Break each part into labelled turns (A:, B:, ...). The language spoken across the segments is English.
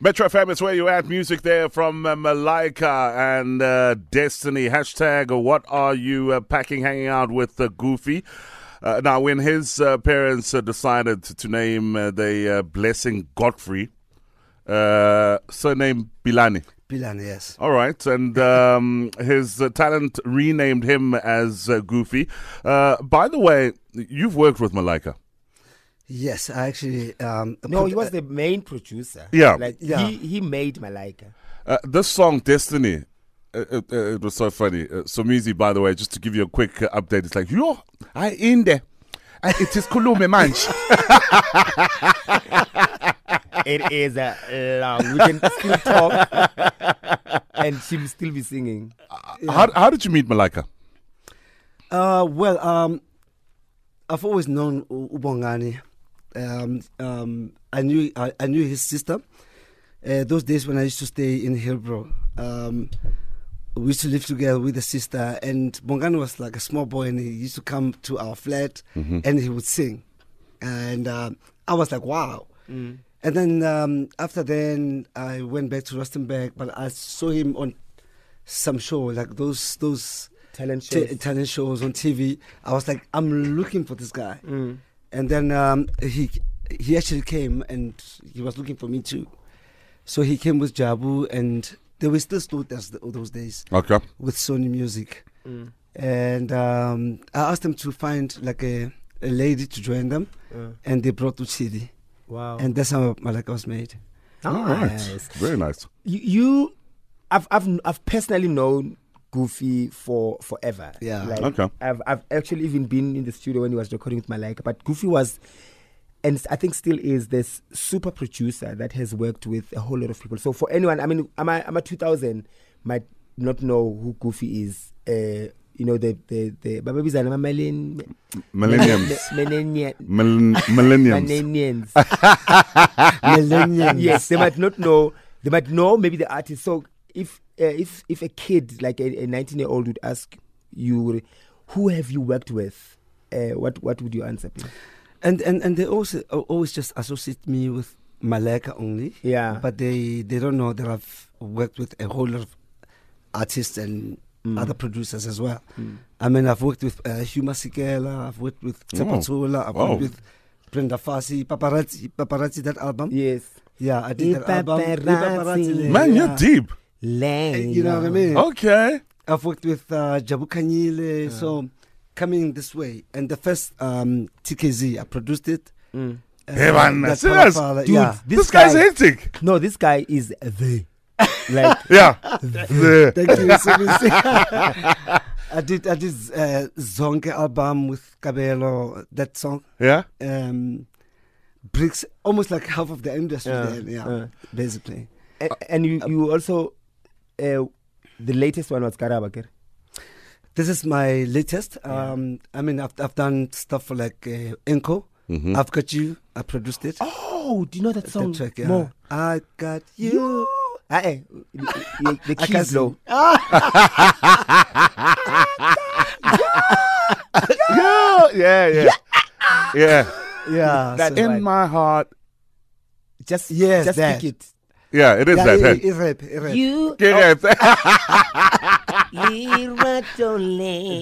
A: Metro FM is where you at. Music there from uh, Malika and uh, Destiny. Hashtag what are you uh, packing, hanging out with uh, Goofy? Uh, now, when his uh, parents uh, decided to name uh, the uh, blessing Godfrey, uh, surname Bilani.
B: Pilan, yes.
A: All right, and um, his uh, talent renamed him as uh, Goofy. Uh, by the way, you've worked with Malika.
B: Yes, I actually. Um,
C: No,
B: put-
C: he was the main producer.
A: Yeah.
C: Like
B: Yeah.
C: he he made Malika.
A: Uh, this song, Destiny, uh, uh, uh, it was so funny. Uh, so, Muzi, by the way, just to give you a quick uh, update, it's like, yo, I in there. Uh, It is Kulume Manch.
C: it is a long. We can still talk, and she will still be singing.
A: how, how did you meet Malika?
B: Uh, well, um, I've always known U- Ubongani. Um, um, I knew I, I knew his sister. Uh, those days when I used to stay in Hillbrow, um, we used to live together with the sister, and Bongani was like a small boy, and he used to come to our flat,
C: Mm-hmm.
B: and he would sing, and um I was like, wow.
C: Mm.
B: And then um, after then, I went back to Rustenburg, but I saw him on some show, like those those
C: Talent
B: ta-
C: shows.
B: talent shows on TV. I was like, I'm looking for this guy. And then um, he he actually came and he was looking for me too. So he came with Jabu and they were still still those, those days
A: Okay.
B: with Sony Music. And um, I asked them to find like a, a lady to join them
C: Uh,
B: and they brought Uchidi.
C: wow.
B: And that's how Malaka was made.
A: All right. Very nice.
C: You, you I've, I've I've personally known Goofy for forever.
B: Yeah.
C: Like,
A: Okay.
C: I've I've actually even been in the studio when he was recording with Malika, but Goofy was. And I think still is this super producer that has worked with a whole lot of people. So for anyone, I mean, I'm a, I'm a 2000 might not know who Goofy is. Uh, you know the the the Bababiza Millennium
A: Millenniums.
C: Millennium
A: Millen- millenniums.
C: Millennials.
B: Millennium.
C: yes, they might not know. They might know maybe the artist. So if uh, if if a kid like a 19 year old would ask you, who have you worked with? Uh, what what would you answer? Please?
B: And, and and they also al- always just associate me with Malaka only.
C: Yeah.
B: But they they don't know that I've worked with a whole lot of artists and other producers as well. I mean, I've worked with uh, Huma Sikela, I've worked with
A: Wow.
B: Tepatola, I've
A: Oh. Wow.
B: worked with Brenda Fassi, Paparazzi, Paparazzi, that album. Yeah,
C: Yes,
B: I did that album.
C: Paparazzi.
B: there,
A: Man, you're
B: yeah.
A: deep. Oh,
C: Lang.
B: Uh, You know what I mean?
A: Okay.
B: I've worked with uh, Jabu Kanyile, so coming this way. And the first um, TKZ, I produced it. Uh,
A: Mm. Hey, man,
B: that
A: serious?
B: Palapala,
C: Dude,
B: yeah.
A: This,
C: This
A: guy's
C: guy-
A: hectic.
C: No, this guy is the like
A: Yeah. Yeah.
B: Thank you, Sibisi. I did I did uh, Zonke album with Cabello, that song.
A: yeah.
B: Um, bricks almost like half of the industry
C: Yeah,
B: there, yeah,
C: yeah.
B: basically.
C: and, and you you also uh, the latest one was Karabaker.
B: This is my latest. Um, I mean, I've, I've done stuff for like uh, Enco.
A: Mm-hmm.
B: I've got you. I produced it.
C: Oh, do you know that song?
B: that track, yeah.
C: Mo?
B: I got you.
C: You. Ah, eh, the, the
B: I can't
C: keys low.
A: Yeah. Yeah. Yeah. Yeah.
B: Yeah. so-
C: That- That's
A: In
C: right.
A: my heart.
C: Just
B: Yes,
C: just
B: that.
C: pick it.
A: Yeah, it is
B: yeah,
A: that.
B: it-
A: hey.
B: it rap, it rap.
D: You
A: Yeah,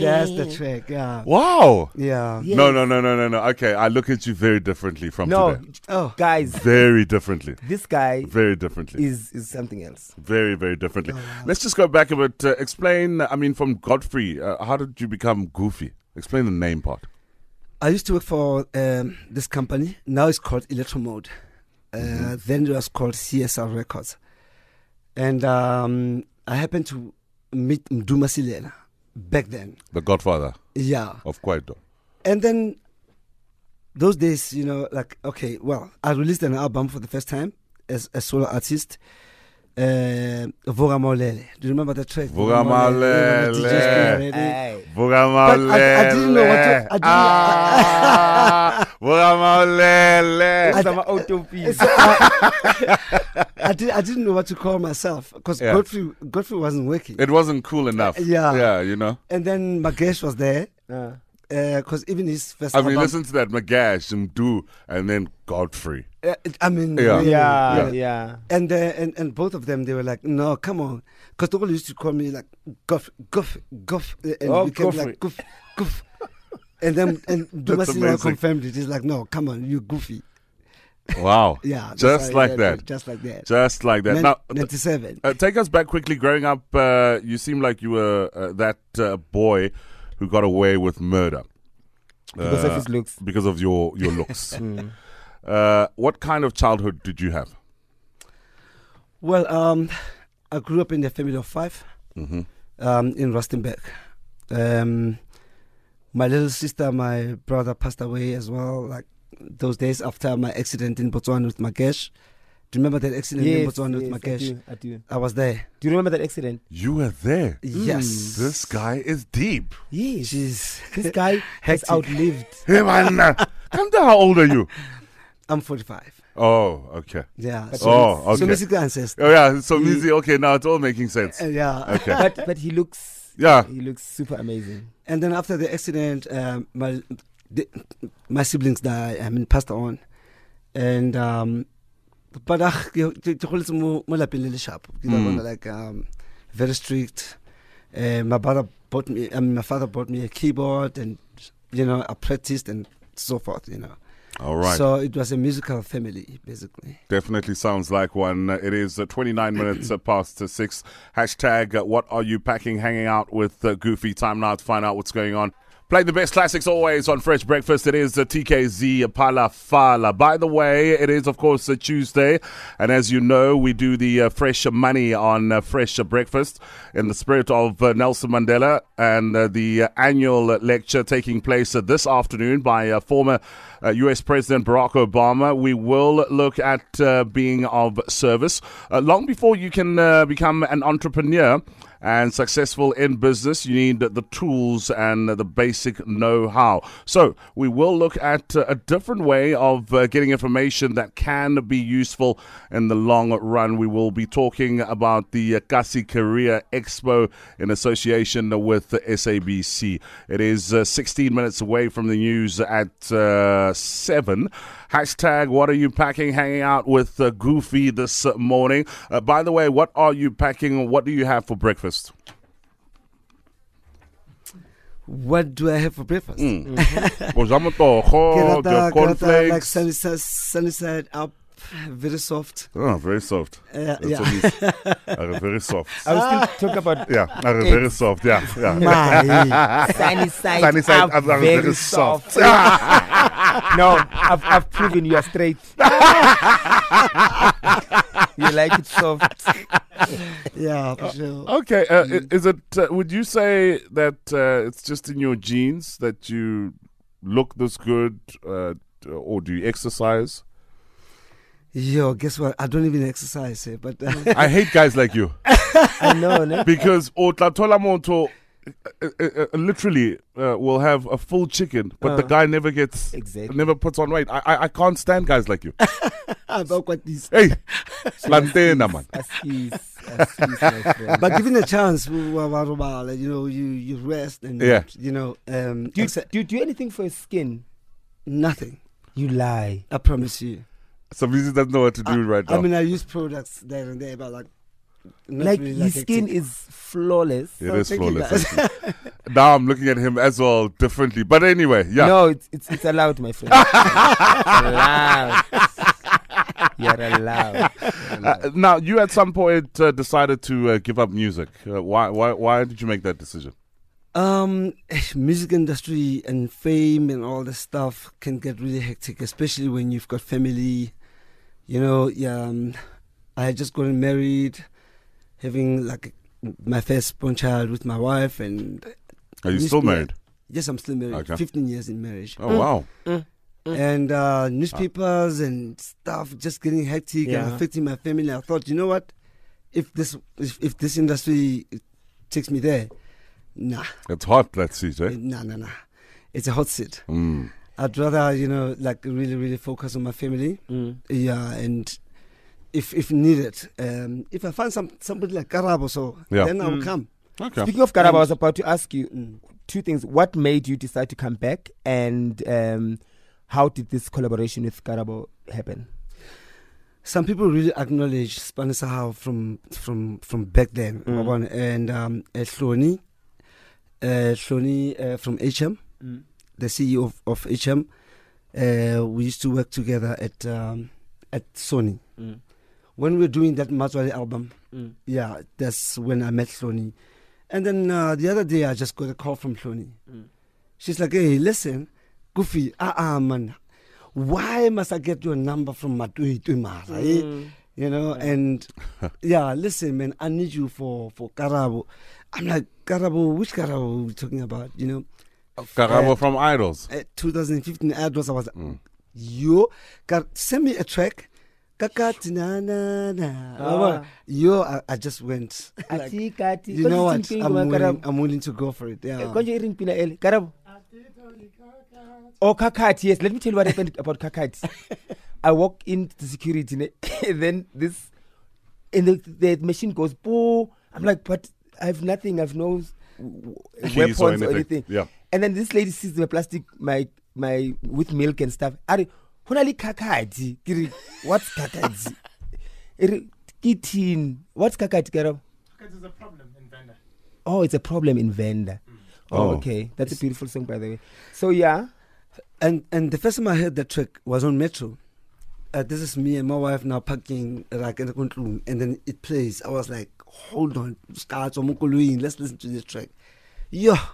A: yeah.
B: That's the track. Yeah.
A: Wow.
B: Yeah.
A: No, no, no, no, no, no. Okay, I look at you very differently from
C: No,
A: today.
B: Oh.
C: guys,
A: Very differently.
C: this guy
A: Very differently.
C: is is something else.
A: Very, very differently. Let's just go back a bit. Uh, explain, I mean, from Godfrey, uh, how did you become Goofy? Explain the name part.
B: I used to work for um, this company. Now it's called Electromode. Uh, Then it was called CSR Records. And um, I happened to meet Mduma Silena back then.
A: The Godfather
B: Yeah.
A: of Kwaito.
B: And then those days, you know, like, okay, well, I released an album for the first time as a solo artist. Uh, Voga Maulele. Do you remember that track?
A: Voga
B: Maulele, you know, the
A: Maulele.
B: DJs there, eh?
A: Vugamalele.
B: I- I didn't know what to- I didn't-
A: Ah, Vugamalele.
C: It's our autopilot.
B: I, did, I didn't know what to call myself because
A: Yeah.
B: Godfrey, Godfrey wasn't working.
A: It wasn't cool enough.
B: Yeah.
A: Yeah, you know?
B: And then Magesh was there.
C: Uh,
B: because even his first
A: I mean,
B: album-
A: listen to that Magash, Mdu, and then Godfrey.
B: Uh, I mean,
A: Yeah.
B: really,
C: yeah, yeah.
B: really. And, uh, and and both of them, they were like, no, come on. Because they all used to call me like, guff, guff, guff. uh, And
C: Oh,
B: it became
C: Goofy.
B: like, guff, guff. and then and Duma
A: That's
B: Silva
A: amazing.
B: confirmed it. He's like, no, come on, you goofy.
A: Wow.
B: Yeah. that's
A: Just
B: how I-
A: like
B: yeah,
A: that.
B: Just like that.
A: Just like that.
B: Nin-
A: now,
B: 97.
A: uh, take us back quickly. Growing up, uh, you seem like you were uh, that uh, boy who got away with murder
C: Because
A: Uh,
C: of his looks.
A: because of your your looks.
B: Hmm.
A: uh, what kind of childhood did you have?
B: Well, um, I grew up in a family of five
A: Mm-hmm.
B: um, in Rustenburg. Um, my little sister, my brother passed away as well, like those days after my accident in Botswana with Makesh. Do you remember that accident in
C: Yes, yes,
B: Botswana with
C: I,
B: Makesh?
C: do, I do.
B: I was there.
C: Do you remember that accident?
A: You were there. Hmm.
B: Yes.
A: This guy is deep.
C: Yes.
B: Jeez.
C: This guy has
B: Hectic.
C: outlived.
A: Hey man, uh, come down. How old are you?
B: I'm 45.
A: Oh, okay.
B: Yeah.
C: But
B: So,
A: Oh,
B: so
A: okay.
B: basically ancestors.
A: Oh yeah. So
C: He-
A: easy. Okay, now it's all making sense.
B: Mm. Uh, yeah.
A: Okay.
C: but but he looks
A: Yeah.
C: he looks super amazing.
B: And then after the accident, um, my the, my siblings died. I mean, passed on. And um, but ah, ke ke- ke holetse mo mo lapeng le le sharp. Ke la
A: Mm.
B: bona like um, very strict. Uh, my brother bought me. I mean, my father bought me a keyboard, and you know, I practiced and so forth. You know.
A: All right.
B: So it was a musical family, basically.
A: Definitely sounds like one. Uh, It is uh, 29 minutes uh, past uh, six. Hashtag uh, what are you packing? Hanging out with uh, Goofy. Time now to find out what's going on. Playing the best classics always on Fresh Breakfast. It is uh, the TKZ Palafala. By the way, it is, of course, uh, Tuesday. And as you know, we do the uh, Fresh Money on uh, Fresh Breakfast in the spirit of uh, Nelson Mandela and uh, the uh, annual lecture taking place uh, this afternoon by uh, former uh, US President Barack Obama. We will look at uh, being of service. Uh, long before you can uh, become an entrepreneur and successful in business, you need the tools and the basic know how. So, we will look at uh, a different way of uh, getting information that can be useful in the long run. We will be talking about the uh, Kasi Career Expo in association with the SABC. It is uh, 16 minutes away from the news at uh, 7. Hashtag, what are you packing? Hanging out with uh, Goofy this uh, morning. Uh, by the way, what are you packing? What do you have for breakfast?
B: What do I have for breakfast? Ke
A: Ozamotogo,
B: rata-
A: Mm. Hmm. Oh, the
B: ke rata like
A: cornflakes.
B: sunny side, sunny side up, very soft.
A: Oh, very soft.
B: Uh,
A: That's
B: yeah.
A: what it is. Uh, very soft.
C: I was still talking about
A: Yeah, uh, very soft. Yeah, yeah.
C: my sunny side.
A: Sunny side
C: up,
A: up, up,
C: very,
A: very
C: soft. Ah.
A: soft.
C: no, I've, I've proven you are straight. you like it soft.
B: Yeah, for sure.
A: Okay, uh,
C: Mm.
A: i- is it? Uh, would you say that uh, it's just in your genes that you look this good, uh, d- or do you exercise?
B: Yo, guess what? I don't even exercise, eh, but
A: I hate guys like you
C: I know, no?
A: because Otlatola Monto uh, uh, uh, literally uh, will have a full chicken, but the
C: Uh.
A: guy never gets.
C: Exactly.
A: Never puts on weight. I, I I can't stand guys like you.
B: about what this.
A: Hey, Lantena man.
C: Excuse, excuse my friend.
B: But given a chance, we- we- we- we- like, you know, you, you rest and
A: Yeah.
B: you know, um,
C: do you,
B: exe-
C: do you do anything for your skin?
B: nothing.
C: You lie.
B: I promise you.
A: So Busy doesn't know what to do right now.
B: Uh, I mean, I use products there and there, but like, not
C: like
B: really
C: your skin
B: active.
C: is flawless.
A: It
B: Oh,
A: is
B: thank you,
A: flawless. actually. now I'm looking at him as well differently. But anyway, yeah.
C: No, it's, it's it's allowed, my friend. allowed. You're allowed.
A: Uh, now you at some point uh, decided to uh, give up music. Uh, why? Why? Why did you make that decision?
B: Um, music industry and fame and all this stuff can get really hectic, especially when you've got family. You know, yeah, um, I had just gotten married, having like my firstborn child with my wife, and
A: Are you
B: Used
A: still
B: to be
A: married?
B: yes, I'm still married.
A: Okay.
B: Fifteen years in marriage,
A: Oh Mm. Ah. wow!
B: and uh, newspapers and stuff just getting hectic and
C: Yeah.
B: affecting my family. I thought, you know what? If this if, if this industry takes me there, nah,
A: It's hot that seat, eh?
B: nah, nah, nah. It's a hot seat.
A: Mm.
B: I'd rather, you know, like really, really focus on my family.
C: Mm.
B: Yeah, and if if needed, um, if I find some somebody like Karab or so,
A: Yeah.
B: then I'll
C: Mm.
B: come.
A: Okay.
C: Speaking of Karaba, I was about to ask you,
B: Mm.
C: two things. What made you decide to come back, and um, how did this collaboration with Karabo happen?
B: some people really acknowledge Spanish Sahara from from from back then,
C: Mm.
B: Wabona. and um, uh, Shloni, uh, Shloni uh, from HM, the CEO of, of HM. Uh, we used to work together at um, at Sony when we were doing that Matwale album. Yeah, that's when I met Shloni, and then uh, the other day I just got a call from Shloni. She's like, "Hey, listen, Goofy, ah ah man, why must I get your number from Matui Tuimara? eh? you know and yeah listen man i need you for for karabo i'm like karabo which karabo are we talking about you know
A: Karabo from Idols.
B: uh, 2015 address i was like yo Kar- send me a track kakati na na na
C: Ah.
B: yo I, I just went like, you know what i'm willing, I'm willing to go for it yeah
C: Eh, Konje irin pina ele. Karabo. Oh, Kakati, yes. Let me tell you what happened about Kakati. I walk into security, ne, and then this, and the, the machine goes, boo. I'm like, but I have nothing. I have no s- w-
A: Keys or
C: weapons or anything.
A: anything. Yeah.
C: And then this lady sees my plastic, my my with milk and stuff. Ari, honali kakati. Ke re, What's kakati? Ere, ke tin. What's kakati, Karabo?
D: Because there's a problem in Venda.
C: Oh, it's a problem in Venda. Oh,
A: Oh.
C: okay. That's a beautiful song, by the way. So yeah,
B: and and the first time i heard that track was on metro uh, this is me and my wife now parking like in the control room and then it plays i was like hold on starts on let's listen to this track yeah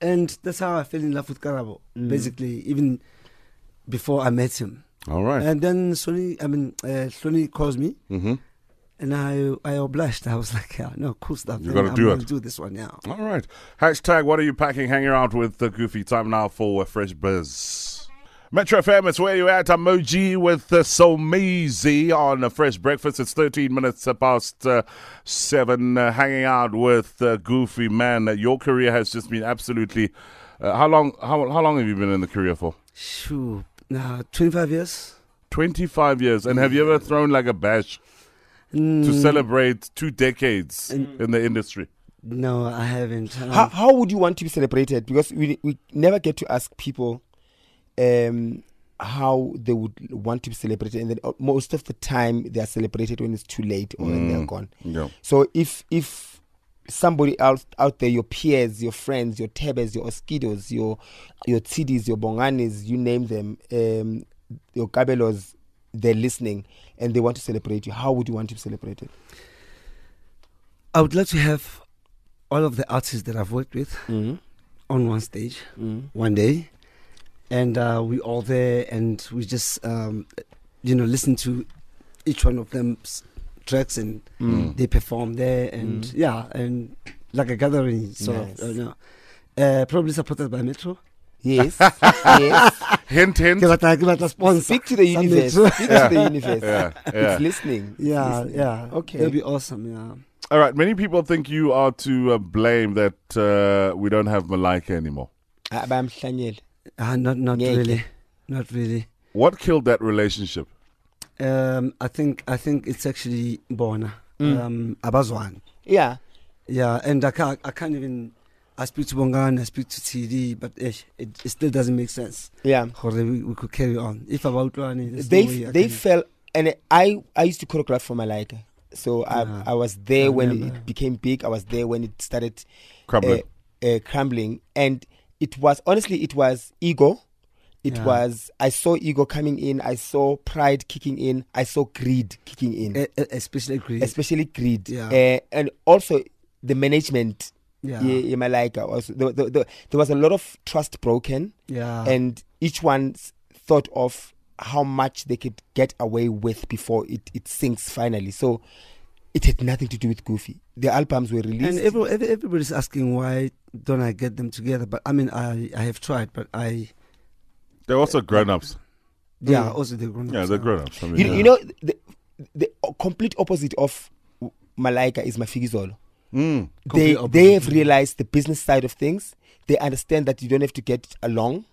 B: and that's how i fell in love with karabo
A: Mm.
B: basically even before i met him
A: All right. Mm-hmm.
B: and then sony i mean uh, sony calls me and i i obliged i was like yeah no cool stuff
A: You
B: man.
A: gotta
B: i'm
A: do
B: gonna
A: it.
B: do this one now
A: All right. Hashtag what are you packing? Hanging out with the Goofy. Time now for a fresh biz. Metro FM, it's where you at. I'm OG with the Somizi on a fresh breakfast. It's 13 minutes past uh, 7. Uh, hanging out with uh, Goofy, man. Uh, your career has just been absolutely. Uh, how long how, how long have you been in the career for?
B: Shoo. now 25 years
A: 25 years. And have you ever thrown like a bash to celebrate two decades in the industry?
B: no i haven't Um,
C: how, how would you want to be celebrated? Because we we never get to ask people um, how they would want to be celebrated, and then uh, most of the time they are celebrated when it's too late or when they're gone.
A: Yeah.
C: So if if somebody else out there, your peers, your friends, your Tebes, your Oskidos, your your Tidis, your Bonganis, you name them, um, your Kabelos, they're listening and they want to celebrate you. How would you want to be celebrated?
B: I would love to have all of the artists that I've worked with
A: Mm-hmm.
C: Mm.
B: on one stage
C: Mm.
B: one day, and uh, we all there and we just um, you know listen to each one of them's tracks and
A: Mm.
B: they perform there and
C: Mm.
B: yeah and like a gathering sort
C: Nice.
B: of you know. Uh, probably supported by Metro.
C: Yes. yes.
A: Hint, hint.
B: Ke batla- ke batla sponsor.
C: Speak to the
B: Sa
C: universe.
B: Metro.
C: Speak to the universe.
A: Yeah, yeah.
C: It's listening. It's
B: Yeah,
C: listening.
B: yeah.
C: Okay.
B: That'd be awesome, yeah.
A: All right. Many people think you are to uh, blame that uh, we don't have Malika anymore.
C: Ah, but I'm Shanyel.
B: Uh, not not
C: Yeah,
B: really. Not really.
A: What killed that relationship?
B: Um, I think I think it's actually Bona.
C: Mm.
B: Um, Abazwan.
C: Yeah.
B: Yeah, and I can't I can't even. I speak to Bongan, I speak to TD, but eh, it, it still doesn't make sense.
C: Yeah.
B: Gore, we, we could carry on. If about one,
C: they they fell and I I used to choreograph for Malaika. So I
B: Yeah.
C: I was there
B: Ah, I
C: when
B: remember.
C: it became big. I was there when it started
A: Crumbling.
C: uh, uh, crumbling. And it was honestly it was ego. It
B: Yeah.
C: was I saw ego coming in. I saw pride kicking in. I saw greed kicking in.
B: especially agree.
C: Especially greed.
B: Eh, Yeah.
C: Uh, and also the management
B: yeah,
C: yeah,
B: yeah,
C: yeah Malaika also the, the, the, there was a lot of trust broken
B: Ah.
C: and each one s- thought of how much they could get away with before it, it sinks finally. So it had nothing to do with Goofy. The albums were
B: and
C: released.
B: every, every, everybody's asking why don't I get them together? But I mean, I, I have tried, but I
A: They're also grown ups.
B: yeah,
C: Mm.
B: also they're grown.
A: Yeah, they're grown ups. I mean,
C: you,
A: yeah.
C: you know, the, the complete opposite of Malaika is Mafigizolo.
A: Mm.
B: Complete
C: They, they
B: opposite.
C: have realized the business side of things. They understand that you don't have to get along.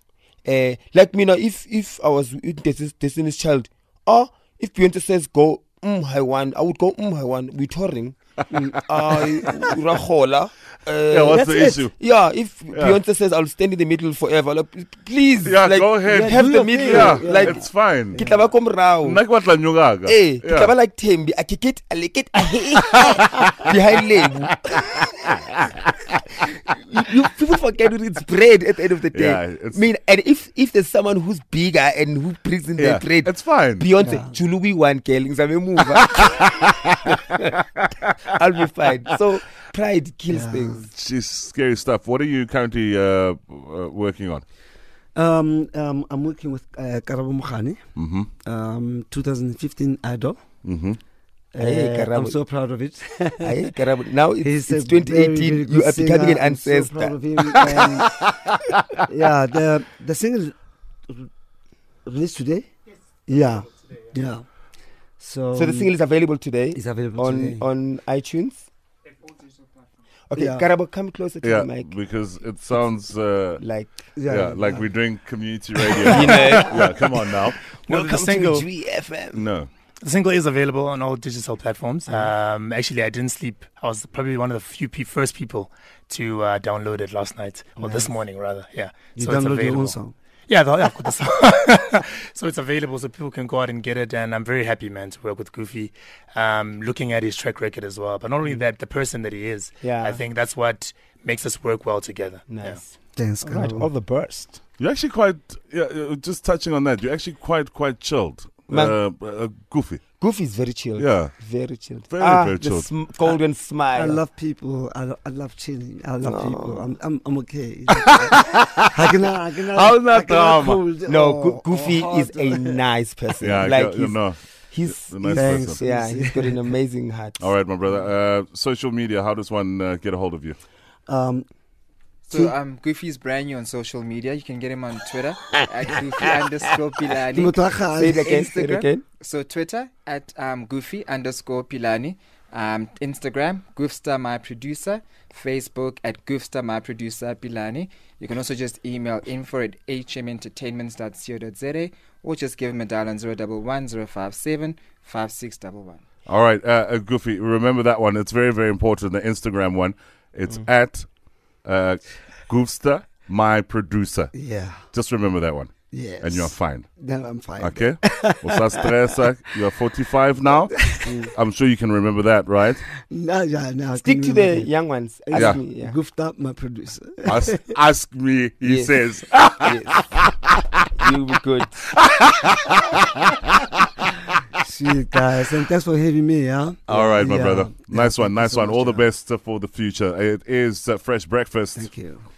C: Eh, Uh, like me now, if if I was with Destiny's Destiny's Child, or if oh, Beyonce says go, mm, I want. I would go, mm, I want. We're touring. Mm, I Rahola. Uh,
A: Yeah, what's
C: that's
A: the
C: it.
A: issue?
C: Yeah, if Beyonce says I'll stand in the middle forever, like, please,
A: Yeah,
C: like,
A: go ahead.
C: have
B: do
C: the
B: your
C: middle,
B: thing.
A: yeah,
C: like
A: it's fine.
C: ke tla ba ko morao.
A: Nna ke batla nyongaka.
C: Eh, ke tla
A: Yeah.
C: ba like Thembi, a kick it, a lick it, a hit it, behind label. you, you- people forget that it's bread at the end of the day.
A: Yeah, it's-
C: I mean, and if if there's someone who's bigger and who brings in
A: Yeah,
C: their bread,
A: it's fine.
C: Beyonce, Chulu, we one girl, ngizamemova. I'll be fine. So pride kills things.
A: Jeez, scary stuff. What are you currently uh, uh, working on?
B: Um, um, I'm working with uh, Karabo Mukhani,
A: Mm-hmm.
B: um, 2015 Idol.
A: Mm-hmm.
B: Uh,
C: Hey,
B: I'm
C: Karabo.
B: so proud of it.
C: Aye, Karabo. now it's,
B: He's
C: it's
B: a very,
C: 2018.
B: very
C: you
B: good
C: are becoming an
B: singer. I'm so proud
C: ancestor.
B: of him. And, yeah, the the single re- released today.
D: Yes.
B: Yeah,
D: Today, yeah.
B: yeah. So
C: so the single is available today
B: is available
C: on
B: today.
C: on iTunes.
D: And all digital platforms.
C: Okay,
B: Yeah.
C: Karabo, come closer to
A: Yeah,
C: the mic.
A: because it sounds uh,
C: Like,
A: yeah, like
B: yeah.
A: we're doing community radio.
E: You know.
A: yeah, come on now.
E: Well, the single,
C: GFM.
A: No,
E: the single is available on all digital platforms. Um, actually, I didn't sleep. I was probably one of the few pe- first people to uh, download it last night or this
B: Nice.
E: morning, rather. Yeah,
B: You
E: so it's
B: download your
E: available.
B: own song.
E: Yeah, the, yeah, I've got the song. so it's available, so people can go out and get it. And I'm very happy, man, to work with Goofy. Um, looking at his track record as well, but not
B: Mm.
E: only that, the person that he is.
C: Yeah.
E: I think that's what makes us work well together. Yeah.
C: Nice.
B: Thanks,
C: All right, Oh,
B: Karabo.
C: all the burst.
A: you're actually quite. Yeah, uh, just touching on that, you're actually quite quite chilled. Uh,
C: Man. Uh,
A: uh, goofy.
C: Goof is very chilled.
A: Yeah.
C: Very chilled.
A: Very,
C: ah,
A: very
C: the
A: chilled.
C: Sm- golden smile.
B: I love people. I, lo- I love chilling. I love people.
C: Oh.
B: I'm I'm, I'm okay. I can I can
A: How's that drama?
C: no,
B: Oh,
C: Go- Goofy is a nice person.
A: Yeah,
C: like
A: you
C: he's,
A: know.
C: he's,
A: a nice
C: he's-
A: person.
C: yeah, he's got an amazing heart.
A: All right, my brother. Uh, social media. How does one uh, get a hold of you?
B: Um,
F: So um, Goofy is brand new on social media. You can get him on Twitter at Goofy underscore Pilani.
C: Say it again. Say it
F: Instagram.
C: again.
F: So Twitter at um, Goofy underscore Pilani. Um, Instagram, Goofstar my producer. Facebook at Goofstar my producer Pilani. You can also just email info at hmentertainments.co.za or just give him a dial on 011 057 5611.
A: All right, uh, uh, Goofy. Remember that one. It's very very important. The Instagram one. It's
C: Mm.
A: at uh, Goofster, my producer.
B: yeah,
A: Just remember that one,
B: yes.
A: and you're fine.
B: No, I'm fine.
A: Okay. Usastresa, uh, you're 45 now.
C: Mm.
A: I'm sure you can remember that, right?
B: No, yeah, no. I
C: Stick
B: can
C: to the
B: remember.
C: young ones. Ask
A: Yeah.
C: me, yeah.
B: Goofed up my producer.
A: Ask, ask me, he
C: Yes.
A: says.
C: yes. You'll be good.
B: Shit, guys, and thanks for having me. Yeah.
A: All right, my
B: Yeah.
A: brother.
B: Yeah,
A: Nice one,
B: thank you
A: nice
B: so
A: one.
B: much,
A: All the
B: yeah.
A: best uh, for the future. It is uh, Fresh Breakfast.
B: Thank you.